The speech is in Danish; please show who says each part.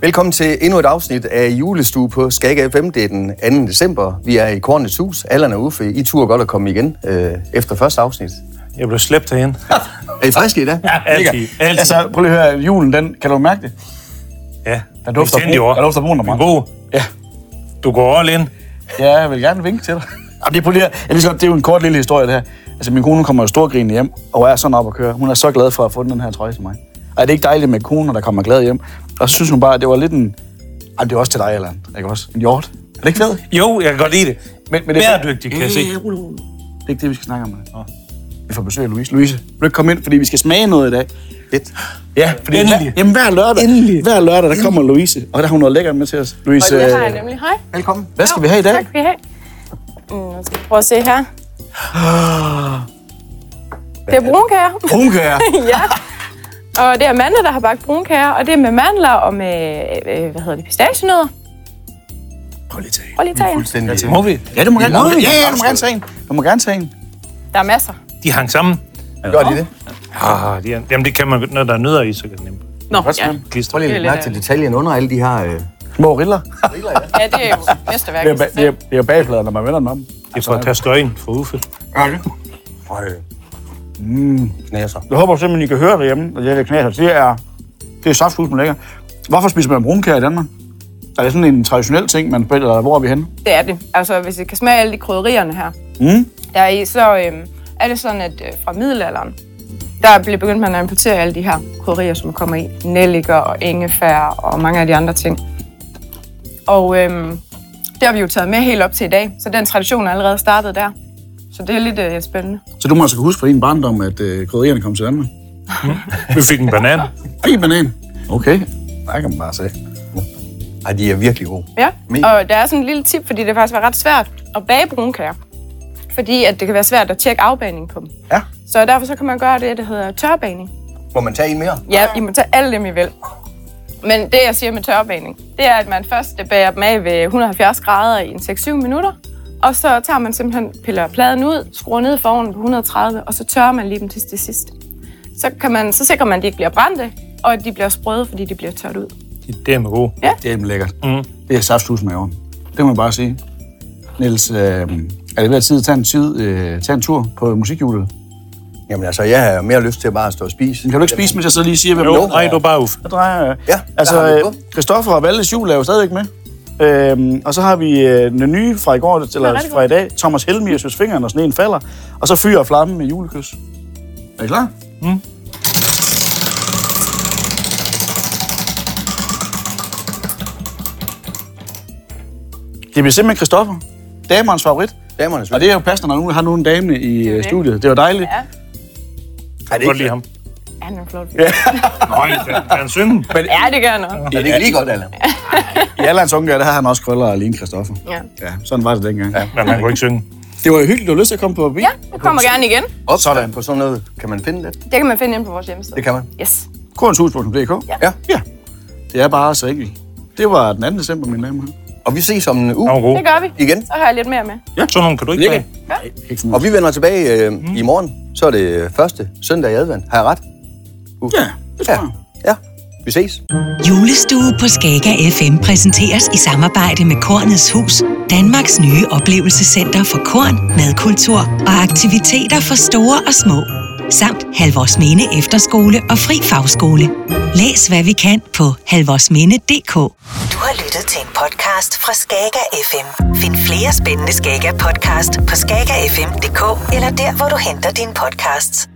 Speaker 1: Velkommen til endnu et afsnit af Julestue på Skag FM. Det er den 2. december. Vi er i Kornets Hus. Allan og Uffe, I tur godt at komme igen øh, efter første afsnit.
Speaker 2: Jeg blev slæbt herind.
Speaker 1: Er I friske i dag?
Speaker 2: Ja, altid. altid.
Speaker 3: Altså, prøv lige at høre, julen, den, kan du mærke det?
Speaker 2: ja.
Speaker 3: Der dufter
Speaker 2: Vi tændte
Speaker 3: brun-
Speaker 2: jo også.
Speaker 3: der dufter brun af
Speaker 2: Vi er
Speaker 3: brand.
Speaker 2: gode.
Speaker 3: Ja.
Speaker 2: Du går all in.
Speaker 3: Ja, jeg vil gerne vinke til dig. Jamen, det, er på lige, jeg lige så godt, det er jo en kort lille historie, det her. Altså, min kone kommer jo storgrinende hjem, og er sådan op at køre. Hun er så glad for at få den her trøje til mig. Og er det ikke dejligt med koner, der kommer glad hjem? Og så synes hun bare, at det var lidt en... Ej, det er også til dig, Allan. Ikke også? En hjort. Er det ikke fedt? Det
Speaker 2: Jo, jeg kan godt lide det. Øh,
Speaker 3: Men- men det-
Speaker 2: Bæredygtigt, kan jeg se.
Speaker 3: er ikke det, vi skal snakke om. Nå. Vi får besøg af Louise. Louise, vil du ikke komme ind, fordi vi skal smage noget i dag?
Speaker 1: Fedt.
Speaker 3: Ja, fordi
Speaker 2: Endelig.
Speaker 3: Hver, jamen, hver lørdag, Endelig. hver lørdag, der kommer Louise, og der har hun noget lækkert med til os.
Speaker 4: Og
Speaker 3: Louise,
Speaker 4: det har jeg
Speaker 3: øh,
Speaker 4: nemlig. Hej.
Speaker 1: Velkommen.
Speaker 3: hvad skal vi have i dag?
Speaker 4: Tak skal I have. Mm, jeg skal prøve at se her. Det er brunkager.
Speaker 3: Brunkager.
Speaker 4: ja. Og det er Amanda, der har bagt brunkager, og det er med mandler og med, øh, hvad hedder det, pistachienødder.
Speaker 3: Prøv lige at tage en.
Speaker 4: Prøv lige at tage en.
Speaker 1: Fuldstændig.
Speaker 2: Må vi?
Speaker 3: Ja, du må gerne,
Speaker 2: Nå,
Speaker 3: ja, ja, du må gerne tage en. Du må gerne tage en.
Speaker 4: Der er masser.
Speaker 2: De hang sammen.
Speaker 1: Gør de det?
Speaker 2: Ah, de, er- jamen, det kan man, når der er nødder i, så kan det nemt.
Speaker 4: Nå, ja.
Speaker 2: Klister.
Speaker 1: Prøv lige at lægge mærke til detaljen under alle de her... Øh...
Speaker 3: Små riller.
Speaker 4: ja, det er jo mesterværk.
Speaker 3: Det er, ba- det er, det er bagplader, når man vender den om.
Speaker 2: Det er for at tage støjen for Uffe.
Speaker 1: Mm, Knæser.
Speaker 3: Jeg håber simpelthen, I kan høre derhjemme, og det er det knas. Det er, det er safthus, man lægger. Hvorfor spiser man brunkager i Danmark? Er det sådan en traditionel ting, man spiller, eller hvor er vi henne?
Speaker 4: Det er det. Altså, hvis I kan smage alle de krydderierne her,
Speaker 3: Mm.
Speaker 4: der er i, så øh, er det sådan, at øh, fra middelalderen, der blev begyndt man at importere alle de her krydderier, som kommer i. Nelliker og ingefær og mange af de andre ting. Og øh, det har vi jo taget med helt op til i dag, så den tradition er allerede startet der. Så det er lidt øh, spændende.
Speaker 3: Så du må altså kunne huske fra din barndom, at øh, krydderierne kom til Danmark.
Speaker 2: Vi fik en banan.
Speaker 3: Fri banan. Okay. Der kan man bare se.
Speaker 1: Ej, de er virkelig gode.
Speaker 4: Ja,
Speaker 1: Mega.
Speaker 4: og der er sådan et lille tip, fordi det faktisk var ret svært at bage brunkager. Fordi at det kan være svært at tjekke afbaning på dem.
Speaker 3: Ja.
Speaker 4: Så derfor så kan man gøre det, der hedder tørbaning.
Speaker 1: Må man tage en mere?
Speaker 4: Ja, I må tage alle dem, I vil. Men det, jeg siger med tørbaning, det er, at man først bager dem af ved 170 grader i en 6-7 minutter. Og så tager man simpelthen, piller pladen ud, skruer ned for ovnen på 130, og så tørrer man lige dem til det sidste. Så, kan man, så sikrer man, at de ikke bliver brændte, og at de bliver sprøde, fordi de bliver tørt ud.
Speaker 2: Det er med god.
Speaker 3: Det er lækkert.
Speaker 2: Mm.
Speaker 3: Det er safthus med jorden. Det må man bare sige. Niels, øh, er det ved at tid at tage en, tid, øh, tage en tur på musikhjulet?
Speaker 1: Jamen altså, jeg har mere lyst til at bare stå og spise.
Speaker 3: Kan du ikke spise, mens jeg så lige siger, hvad
Speaker 2: Jo,
Speaker 3: man
Speaker 2: nej, du er bare Uffe.
Speaker 3: Så drejer jeg.
Speaker 1: Ja, hvad har vi
Speaker 3: altså,
Speaker 1: på?
Speaker 3: Kristoffer og Valdes jul er jo stadigvæk med. Øhm, og så har vi øh, den nye fra i går, eller
Speaker 4: rigtig
Speaker 3: fra i dag, Thomas Helmi, jeg synes fingeren, og sneen falder. Og så fyrer flammen med julekys. Er I klar?
Speaker 1: Mm.
Speaker 3: Det bliver simpelthen Kristoffer. Damernes favorit.
Speaker 1: Damerne,
Speaker 3: Og det er jo passende, når nu har nogen dame i øh,
Speaker 4: det.
Speaker 3: studiet. Det var dejligt.
Speaker 4: Ja,
Speaker 1: er det
Speaker 2: Jeg kan godt
Speaker 1: ikke,
Speaker 2: lide ham.
Speaker 4: ja han er en flot. fyr.
Speaker 2: Nej, kan han synge?
Speaker 4: Ja, det gør noget.
Speaker 1: er det ikke lige godt, Allan?
Speaker 3: I alle hans unge dage, der havde han også krøller og lignede Kristoffer.
Speaker 4: Ja.
Speaker 3: Ja, sådan var det dengang. Ja.
Speaker 2: Men han kunne ikke synge.
Speaker 3: Det var jo hyggeligt, du har lyst til at komme på forbi.
Speaker 4: ja, jeg kommer gerne igen.
Speaker 1: Op sådan. på sådan noget. Kan man finde det?
Speaker 4: Det kan man finde inde på vores hjemmeside.
Speaker 1: Det kan man.
Speaker 4: Yes.
Speaker 3: Kornshus.dk?
Speaker 4: Ja.
Speaker 1: Ja.
Speaker 3: ja. Det er bare så enkelt. Det var den 2. december, mine damer. og herrer.
Speaker 1: Og vi ses om en uge
Speaker 2: Han var god.
Speaker 4: Det gør vi.
Speaker 1: igen.
Speaker 4: Så har jeg lidt mere med.
Speaker 2: Sådan nogen kan du ikke
Speaker 3: Ikke?
Speaker 2: bage.
Speaker 3: Ikke for
Speaker 1: Og
Speaker 3: meget.
Speaker 1: vi vender tilbage øh, i morgen. Så er det øh, første søndag i advent. Har jeg ret? Uh.
Speaker 3: Ja, det tror
Speaker 1: Ja.
Speaker 3: jeg.
Speaker 1: Ja. Vi ses.
Speaker 5: Julestue på Skaga FM præsenteres i samarbejde med Kornets Hus, Danmarks nye oplevelsescenter for korn, madkultur og aktiviteter for store og små, samt Halvorsminde Efterskole og Fri Fagskole. Læs hvad vi kan på halvorsminde.dk.
Speaker 6: Du har lyttet til en podcast fra Skager FM. Find flere spændende Skager podcast på skagerfm.dk eller der, hvor du henter dine podcasts.